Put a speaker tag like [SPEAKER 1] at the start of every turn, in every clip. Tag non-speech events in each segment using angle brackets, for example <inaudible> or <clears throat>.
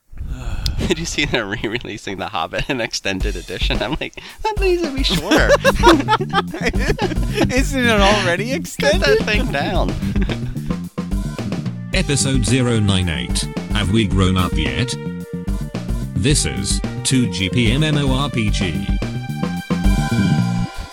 [SPEAKER 1] <laughs> did you see they're re-releasing The Hobbit in extended edition? I'm like, that needs to be
[SPEAKER 2] <laughs>
[SPEAKER 1] shorter.
[SPEAKER 2] Isn't it <laughs> already
[SPEAKER 1] Get
[SPEAKER 2] extended?
[SPEAKER 1] that thing down.
[SPEAKER 3] Episode 098. Have we grown up yet? This is 2GPMMORPG.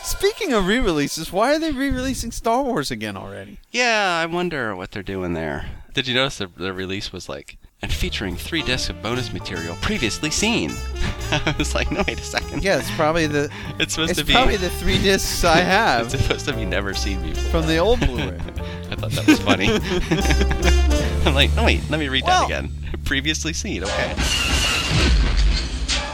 [SPEAKER 2] Speaking of re-releases, why are they re-releasing Star Wars again already?
[SPEAKER 1] Yeah, I wonder what they're doing there. Did you notice the, the release was like, and featuring three discs of bonus material previously seen? <laughs> I was like, no, wait a second.
[SPEAKER 2] Yeah, it's probably the
[SPEAKER 1] it's supposed
[SPEAKER 2] it's
[SPEAKER 1] to be. <laughs>
[SPEAKER 2] probably the three discs I
[SPEAKER 1] it's
[SPEAKER 2] have
[SPEAKER 1] supposed to be never seen before.
[SPEAKER 2] from the
[SPEAKER 1] <laughs>
[SPEAKER 2] old <laughs> Blu-ray.
[SPEAKER 1] I thought that was funny. <laughs> I'm like, no, wait, let me read
[SPEAKER 2] Well-
[SPEAKER 1] that again. Previously seen, okay.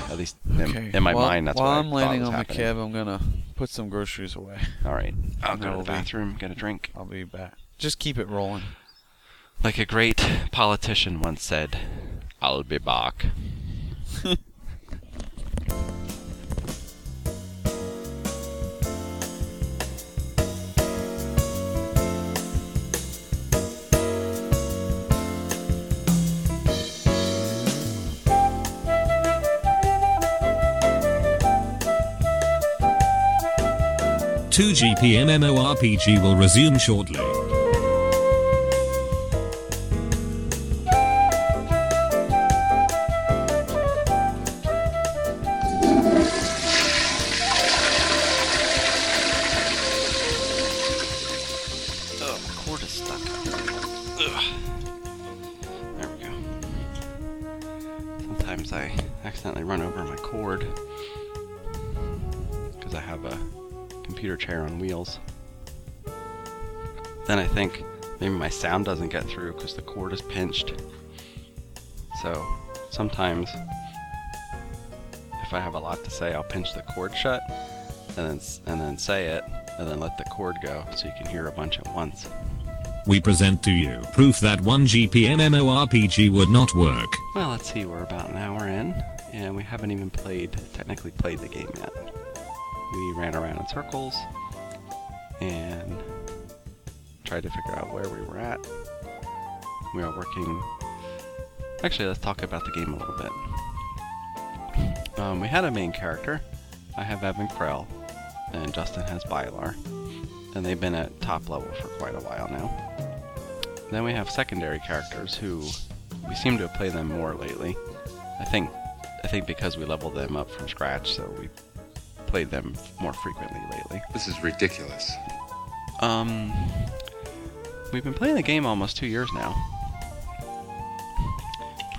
[SPEAKER 1] At least in, in my
[SPEAKER 2] while,
[SPEAKER 1] mind, that's
[SPEAKER 2] while
[SPEAKER 1] what
[SPEAKER 2] I'm
[SPEAKER 1] I
[SPEAKER 2] landing
[SPEAKER 1] thought was
[SPEAKER 2] on
[SPEAKER 1] happening.
[SPEAKER 2] the cab, I'm gonna put some groceries away. <laughs>
[SPEAKER 1] All right, I'll go
[SPEAKER 2] I
[SPEAKER 1] to
[SPEAKER 2] will
[SPEAKER 1] the
[SPEAKER 2] be.
[SPEAKER 1] bathroom, get a drink.
[SPEAKER 2] I'll be back. Just keep it rolling.
[SPEAKER 1] Like a great politician once said, "I'll be back."
[SPEAKER 3] Two GPMMORPG will resume shortly.
[SPEAKER 1] Oh, my cord is stuck. Ugh. There we go. Sometimes I accidentally run over my cord because I have a computer chair on wheels. Then I think maybe my sound doesn't get through because the cord is pinched. So sometimes if I have a lot to say, I'll pinch the cord shut and then s- and then say it and then let the cord go so you can hear a bunch at once.
[SPEAKER 3] We present to you proof that one GPMMORPG would not work.
[SPEAKER 1] Well, let's see. We're about an hour in, and we haven't even played, technically played the game yet. We ran around in circles and tried to figure out where we were at. We are working. Actually, let's talk about the game a little bit. Um, we had a main character. I have Evan Krell, and Justin has Bylar, and they've been at top level for quite a while now. Then we have secondary characters who we seem to play them more lately. I think I think because we leveled them up from scratch, so we played them more frequently lately.
[SPEAKER 4] This is ridiculous.
[SPEAKER 1] Um, we've been playing the game almost two years now.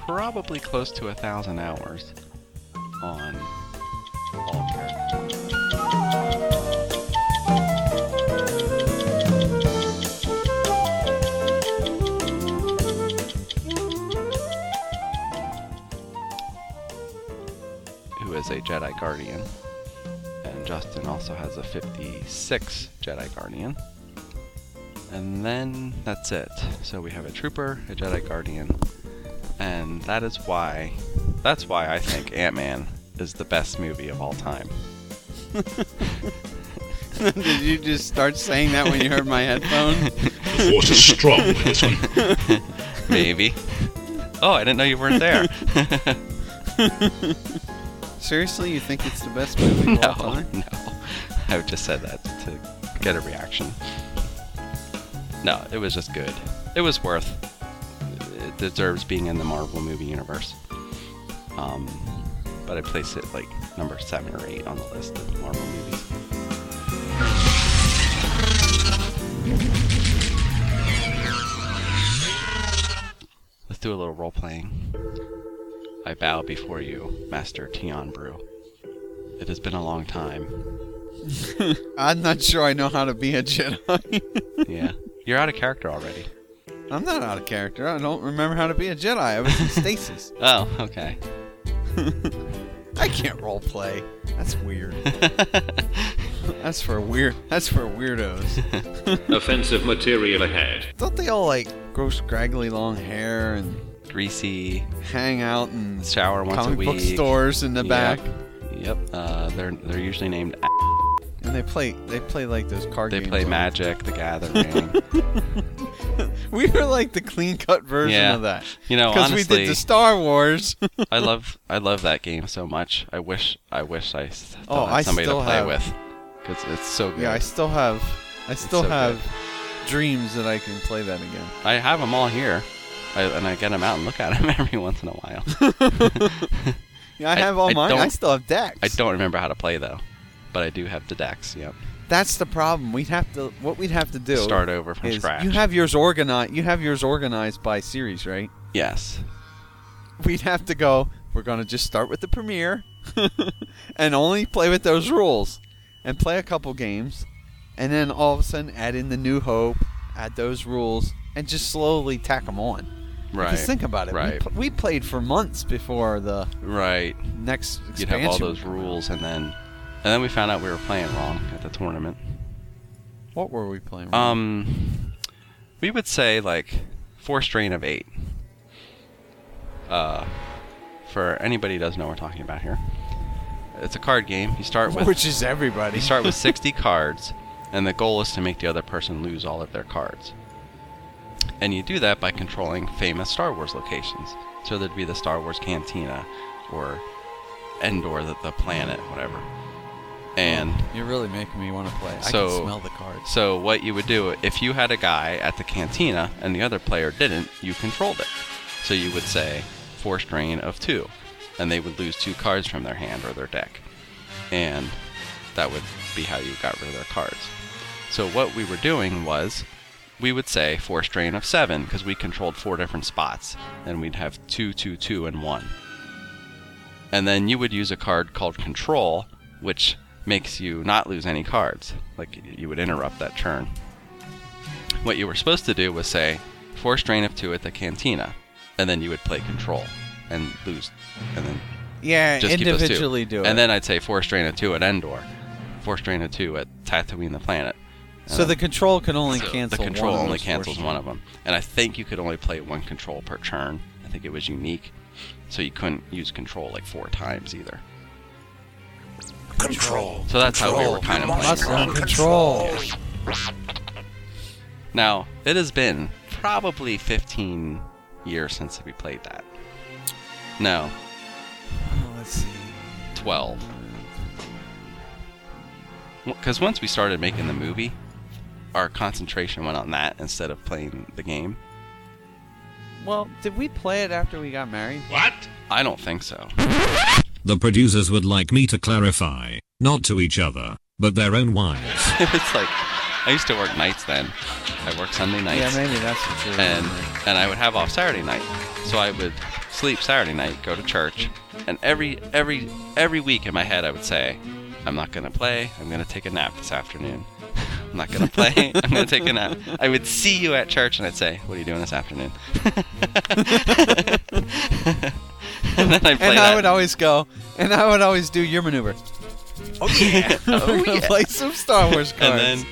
[SPEAKER 1] Probably close to a thousand hours on all characters. Who is a Jedi Guardian, and Justin also has a 56 Jedi Guardian. And then that's it. So we have a trooper, a Jedi Guardian, and that is why that's why I think
[SPEAKER 2] <laughs>
[SPEAKER 1] Ant Man is the best movie of all time.
[SPEAKER 2] Did you just start saying that when you heard
[SPEAKER 1] <laughs>
[SPEAKER 2] my headphone?
[SPEAKER 5] The force is strong with this one.
[SPEAKER 1] Maybe. oh, I didn't know you weren't
[SPEAKER 2] <laughs>
[SPEAKER 1] there.
[SPEAKER 2] Seriously, you think it's the best movie of
[SPEAKER 1] <laughs> no,
[SPEAKER 2] all time?
[SPEAKER 1] no. I just said that to get a reaction. No, it was just good. It was worth. It deserves being in the Marvel movie universe. Um, but I place it like number seven or eight on the list of Marvel movies. Let's do a little role playing. I bow before you, Master Tion Brew. It has been a long time. <laughs>
[SPEAKER 2] I'm not sure I know how to be a Jedi. <laughs>
[SPEAKER 1] Yeah. You're out of character already.
[SPEAKER 2] I'm not out of character. I don't remember how to be a Jedi. I was in stasis.
[SPEAKER 1] Oh, okay.
[SPEAKER 2] I can't role play. That's
[SPEAKER 1] <laughs>
[SPEAKER 2] weird. that's for weird. That's for weirdos.
[SPEAKER 5] Offensive material ahead.
[SPEAKER 2] Don't they all like grow scraggly long hair and
[SPEAKER 1] Greasy,
[SPEAKER 2] hang out in
[SPEAKER 1] shower once
[SPEAKER 2] comic
[SPEAKER 1] a week.
[SPEAKER 2] book stores in the
[SPEAKER 1] Yep.
[SPEAKER 2] back?
[SPEAKER 1] Yep. Uh, they're they're usually named. a-
[SPEAKER 2] And they play. They play like those card
[SPEAKER 1] They
[SPEAKER 2] games.
[SPEAKER 1] play
[SPEAKER 2] like-
[SPEAKER 1] Magic, The Gathering.
[SPEAKER 2] <laughs> we were like the clean cut version
[SPEAKER 1] Yeah.
[SPEAKER 2] of that.
[SPEAKER 1] You know,
[SPEAKER 2] Because we did
[SPEAKER 1] honestly,
[SPEAKER 2] the Star Wars.
[SPEAKER 1] <laughs> I love I love that game so much. I wish I wish I s- still
[SPEAKER 2] Oh,
[SPEAKER 1] had
[SPEAKER 2] I
[SPEAKER 1] somebody
[SPEAKER 2] still
[SPEAKER 1] to play
[SPEAKER 2] have-
[SPEAKER 1] with because it's so good.
[SPEAKER 2] <laughs> yeah, I still have, I still
[SPEAKER 1] so
[SPEAKER 2] have dreams that I can play that again.
[SPEAKER 1] I have them all here, I, and I get them out and look at them <laughs> every once in a
[SPEAKER 2] <laughs>
[SPEAKER 1] while.
[SPEAKER 2] Yeah, I,
[SPEAKER 1] I-
[SPEAKER 2] have all
[SPEAKER 1] I
[SPEAKER 2] mine. I
[SPEAKER 1] don't-
[SPEAKER 2] still have Dex.
[SPEAKER 1] I don't remember how to play though, but I do have the decks. Yep.
[SPEAKER 2] That's the problem. We'd have to. What we'd have to do.
[SPEAKER 1] Start over from
[SPEAKER 2] is
[SPEAKER 1] scratch.
[SPEAKER 2] You have yours organized. You have yours organized by series, right?
[SPEAKER 1] Yes.
[SPEAKER 2] We'd have to go. We're gonna just start with the premiere, <laughs> and only play with those rules, and play a couple games, and then all of a sudden add in the New Hope, add those rules, and just slowly tack them on.
[SPEAKER 1] Right.
[SPEAKER 2] Because think about it. we
[SPEAKER 1] Right.
[SPEAKER 2] pl- We, played for months before the
[SPEAKER 1] Right.
[SPEAKER 2] next expansion.
[SPEAKER 1] You'd have all those rules, and then and then we found out we were playing wrong at the tournament.
[SPEAKER 2] What were we playing?
[SPEAKER 1] Um, we would say like four strain of eight. Uh, for anybody who doesn't know, what we're talking about here. It's a card game. You
[SPEAKER 2] <laughs>
[SPEAKER 1] start with
[SPEAKER 2] Which is everybody.
[SPEAKER 1] you start with 60 cards, and the goal is to make the other person lose all of their cards. And you do that by controlling famous Star Wars locations. So there'd be the Star Wars Cantina, or Endor, the, the planet, whatever. And
[SPEAKER 2] You're really making me want to play. I
[SPEAKER 1] So-
[SPEAKER 2] can smell the cards.
[SPEAKER 1] so what you would do if you had a guy at the cantina and the other player didn't, you controlled it. So you would say four strain of two, and they would lose two cards from their hand or their deck, and that would be how you got rid of their cards. So what we were doing was we would say four strain of seven because we controlled four different spots, and we'd have two, two, two, and one. And then you would use a card called Control, which makes you not lose any cards. Like y- you would interrupt that turn. What you were supposed to do was say, four strain of two at the cantina, and then you would play Control and lose, and then
[SPEAKER 2] Yeah,
[SPEAKER 1] just keep those two.
[SPEAKER 2] individually do it.
[SPEAKER 1] And then I'd say four strain of two at Endor, four strain of two at Tatooine the planet.
[SPEAKER 2] so the control can only
[SPEAKER 1] So
[SPEAKER 2] cancel.
[SPEAKER 1] the control
[SPEAKER 2] one of
[SPEAKER 1] only
[SPEAKER 2] those
[SPEAKER 1] cancels
[SPEAKER 2] forces.
[SPEAKER 1] one of them and i think you could only play one control per turn i think it was unique so you couldn't use control like four times either control so that's how we were kind of playing
[SPEAKER 2] Must
[SPEAKER 1] around.
[SPEAKER 2] learn control.
[SPEAKER 1] now it has been probably 15 years since we played that no
[SPEAKER 2] Oh, let's see.
[SPEAKER 1] 12 because once we started making the movie our concentration went on that instead of playing the game
[SPEAKER 2] Well, did we play it after we got married?
[SPEAKER 5] What?
[SPEAKER 1] i don't think so
[SPEAKER 3] The producers would like me to clarify, not to each other, but their own wives.
[SPEAKER 1] <laughs> it's like I used to work nights then. I worked Sunday nights,
[SPEAKER 2] Yeah, maybe that's what you were
[SPEAKER 1] and
[SPEAKER 2] doing.
[SPEAKER 1] and I would have off Saturday night, so I would sleep Saturday night, go to church, and every every every week in my head I would say, I'm not gonna play. I'm gonna take a nap this afternoon. <laughs> I'm not gonna play. <laughs> I'm gonna take a nap. I would see you at church, and I'd say, "What are you doing this afternoon?" <laughs> and then I play
[SPEAKER 2] And
[SPEAKER 1] that. <laughs>
[SPEAKER 2] I would always go, and I would always do your maneuver.
[SPEAKER 1] <laughs> oh yeah,
[SPEAKER 2] <laughs> We're gonna play some
[SPEAKER 1] <laughs>
[SPEAKER 2] Star Wars cards.
[SPEAKER 1] and then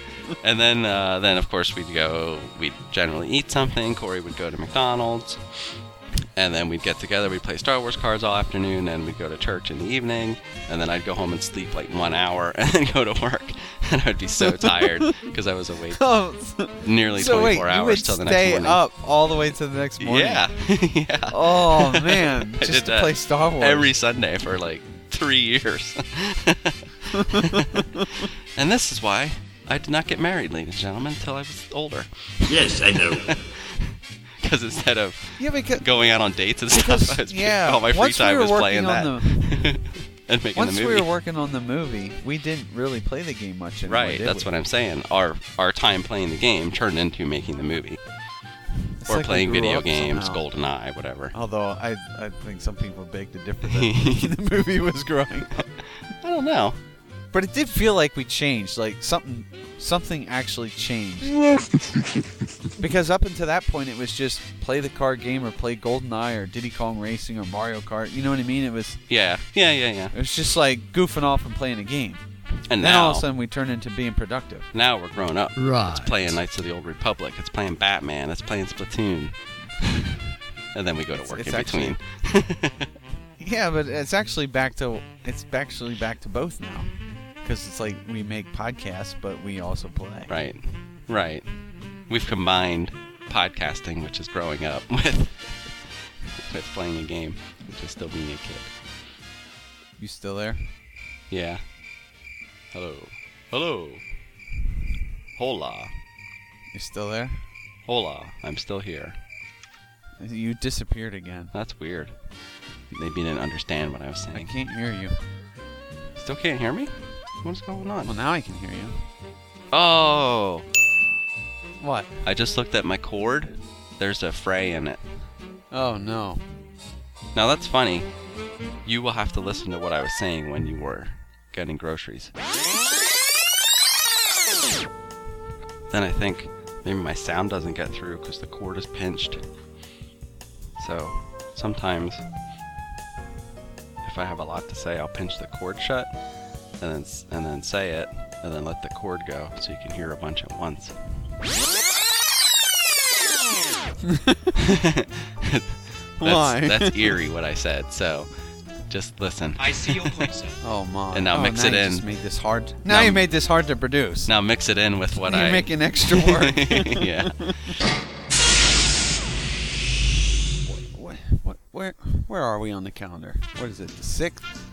[SPEAKER 1] and then uh, then of course we'd go we'd generally eat something corey would go to mcdonald's and then we'd get together we'd play star wars cards all afternoon and we'd go to church in the evening and then i'd go home and sleep like one hour <laughs> and then go to work and i'd be so tired because i was awake
[SPEAKER 2] oh, so,
[SPEAKER 1] nearly
[SPEAKER 2] so
[SPEAKER 1] 24
[SPEAKER 2] wait, you
[SPEAKER 1] hours
[SPEAKER 2] would
[SPEAKER 1] till the next
[SPEAKER 2] stay
[SPEAKER 1] morning
[SPEAKER 2] up all the way to the next morning.
[SPEAKER 1] yeah <laughs> yeah <laughs>
[SPEAKER 2] Oh man,
[SPEAKER 1] I did
[SPEAKER 2] just to
[SPEAKER 1] that
[SPEAKER 2] play Star Wars.
[SPEAKER 1] every Sunday for like three years. <laughs> and this is why I did not get married, ladies and gentlemen, until I was older.
[SPEAKER 5] Yes, I
[SPEAKER 1] <laughs>
[SPEAKER 5] know.
[SPEAKER 1] Because instead of
[SPEAKER 2] yeah, because
[SPEAKER 1] going out on dates and
[SPEAKER 2] Because,
[SPEAKER 1] stuff, I was,
[SPEAKER 2] yeah,
[SPEAKER 1] all my free
[SPEAKER 2] once we
[SPEAKER 1] time
[SPEAKER 2] were
[SPEAKER 1] was playing that
[SPEAKER 2] working on
[SPEAKER 1] <laughs> and making
[SPEAKER 2] once
[SPEAKER 1] the
[SPEAKER 2] we
[SPEAKER 1] movie.
[SPEAKER 2] were working on the movie, we didn't really play the game much anymore.
[SPEAKER 1] right,
[SPEAKER 2] did
[SPEAKER 1] that's
[SPEAKER 2] we?
[SPEAKER 1] what I'm saying. Our our time playing the game turned into making the movie
[SPEAKER 2] It's
[SPEAKER 1] or
[SPEAKER 2] like we
[SPEAKER 1] playing
[SPEAKER 2] grew
[SPEAKER 1] video
[SPEAKER 2] up
[SPEAKER 1] games,
[SPEAKER 2] somehow. Oh.
[SPEAKER 1] Golden Eye, whatever.
[SPEAKER 2] Although I, I think some people beg to
[SPEAKER 1] <laughs>
[SPEAKER 2] differ that <laughs> the movie was growing up,
[SPEAKER 1] I don't know.
[SPEAKER 2] but it did feel like we changed, like something something actually <laughs> changed. because up until that point, it was just play the card game or play GoldenEye or Diddy Kong Racing or Mario Kart. You know what I mean? It was
[SPEAKER 1] Yeah, yeah, yeah, yeah.
[SPEAKER 2] it was just like goofing off and playing a game.
[SPEAKER 1] And
[SPEAKER 2] then all
[SPEAKER 1] now,
[SPEAKER 2] of a sudden, we turned into being productive.
[SPEAKER 1] now we're grown up.
[SPEAKER 4] Right.
[SPEAKER 1] It's playing Knights of the Old Republic. It's playing Batman. It's playing
[SPEAKER 2] <laughs>
[SPEAKER 1] Splatoon. and then we go to work
[SPEAKER 2] it's
[SPEAKER 1] in between.
[SPEAKER 2] Yeah, but it's actually back to it's actually back to both now, because it's like we make podcasts, but we also play.
[SPEAKER 1] right. Right. We've combined podcasting, which is growing up <laughs> with with playing a game, which is still being a kid.
[SPEAKER 2] You still there?
[SPEAKER 1] Yeah. Hello. Hello. Hola.
[SPEAKER 2] You still there?
[SPEAKER 1] Hola. I'm still here.
[SPEAKER 2] You disappeared again.
[SPEAKER 1] That's weird. Maybe you didn't understand what I was
[SPEAKER 2] I
[SPEAKER 1] saying.
[SPEAKER 2] can't hear you.
[SPEAKER 1] Still can't hear me? What's going
[SPEAKER 2] Well,
[SPEAKER 1] on?
[SPEAKER 2] now I can hear you.
[SPEAKER 1] Oh!
[SPEAKER 2] What?
[SPEAKER 1] I just looked at my cord. There's a fray in it.
[SPEAKER 2] Oh no.
[SPEAKER 1] Now that's funny. You will have to listen to what I was saying when you were getting groceries. Then I think maybe my sound doesn't get through because the cord is pinched. So sometimes, if I have a lot to say, I'll pinch the cord shut and then s- and then say it and then let the cord go so you can hear a bunch at once. <laughs>
[SPEAKER 2] Why?
[SPEAKER 1] That's, that's eerie what I said. So just listen.
[SPEAKER 4] I see your point, sir.
[SPEAKER 2] Oh my.
[SPEAKER 1] And now
[SPEAKER 2] oh,
[SPEAKER 1] mix
[SPEAKER 2] now
[SPEAKER 1] it
[SPEAKER 2] you
[SPEAKER 1] in.
[SPEAKER 2] Just made this hard. now you
[SPEAKER 1] I'm-
[SPEAKER 2] made this hard to
[SPEAKER 1] <laughs>
[SPEAKER 2] produce.
[SPEAKER 1] Now mix it in with what
[SPEAKER 2] You're
[SPEAKER 1] I
[SPEAKER 2] making extra
[SPEAKER 1] <laughs>
[SPEAKER 2] work.
[SPEAKER 1] yeah.
[SPEAKER 2] what, what, where, where are we on the calendar? What is it? The sixth.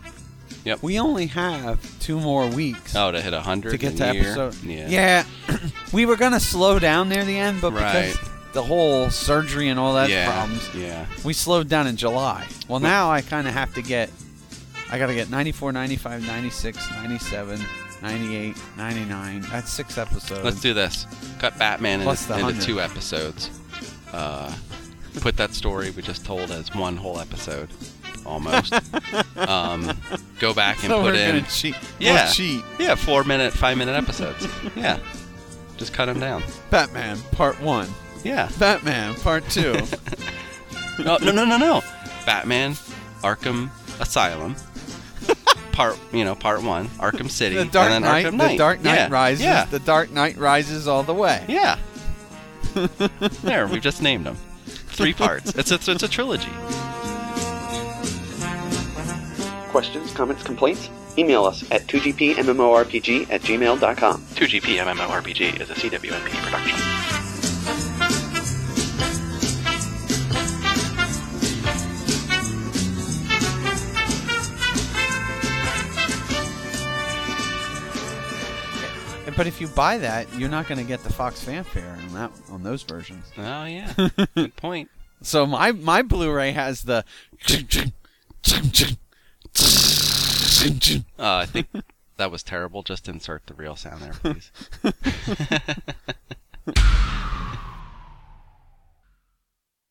[SPEAKER 1] Yep.
[SPEAKER 2] We only have two more weeks
[SPEAKER 1] Oh, to hit hundred
[SPEAKER 2] to get to episode.
[SPEAKER 1] Yeah.
[SPEAKER 2] <clears throat> we were gonna slow down near the end, but
[SPEAKER 1] Right.
[SPEAKER 2] because the whole surgery and all that
[SPEAKER 1] yeah.
[SPEAKER 2] problems,
[SPEAKER 1] Yeah.
[SPEAKER 2] we slowed down in July. Well, now I kind of have to get. I got to get 94, 95, 96, 97, 98, 99. That's six episodes.
[SPEAKER 1] Let's do this. Cut Batman
[SPEAKER 2] Plus the
[SPEAKER 1] into, into
[SPEAKER 2] 100.
[SPEAKER 1] two episodes. Uh, put that story we just told as one whole episode,
[SPEAKER 2] <laughs>
[SPEAKER 1] almost. um, go back and
[SPEAKER 2] so
[SPEAKER 1] put
[SPEAKER 2] we're
[SPEAKER 1] in
[SPEAKER 2] gonna cheat.
[SPEAKER 1] Yeah.
[SPEAKER 2] We'll cheat.
[SPEAKER 1] yeah four minute, five minute episodes. yeah. Just cut them down.
[SPEAKER 2] Batman Part One. <laughs>
[SPEAKER 1] Yeah.
[SPEAKER 2] Batman Part
[SPEAKER 1] <laughs>
[SPEAKER 2] Two.
[SPEAKER 1] No, no, no, no, no. Batman, Arkham
[SPEAKER 2] <laughs>
[SPEAKER 1] Asylum. Part, you know, part one, Arkham City,
[SPEAKER 2] the Dark
[SPEAKER 1] and then
[SPEAKER 2] Knight.
[SPEAKER 1] Arkham Knight.
[SPEAKER 2] The Dark Knight
[SPEAKER 1] yeah.
[SPEAKER 2] Rises.
[SPEAKER 1] Yeah,
[SPEAKER 2] The Dark Knight Rises all the way.
[SPEAKER 1] yeah. <laughs> there, we've just named them. Three parts. It's a, it's a trilogy.
[SPEAKER 6] Questions, comments, complaints? Email us at 2gpmmorpg at gmail.com.
[SPEAKER 1] 2GP MMORPG is a CWNP production.
[SPEAKER 2] But if you buy that, you're not going to get the Fox fanfare on that on those versions.
[SPEAKER 1] Oh <laughs> yeah, good point.
[SPEAKER 2] So my my Blu-ray has <laughs> the.
[SPEAKER 1] Uh, I think that was terrible. Just insert the real sound there, please.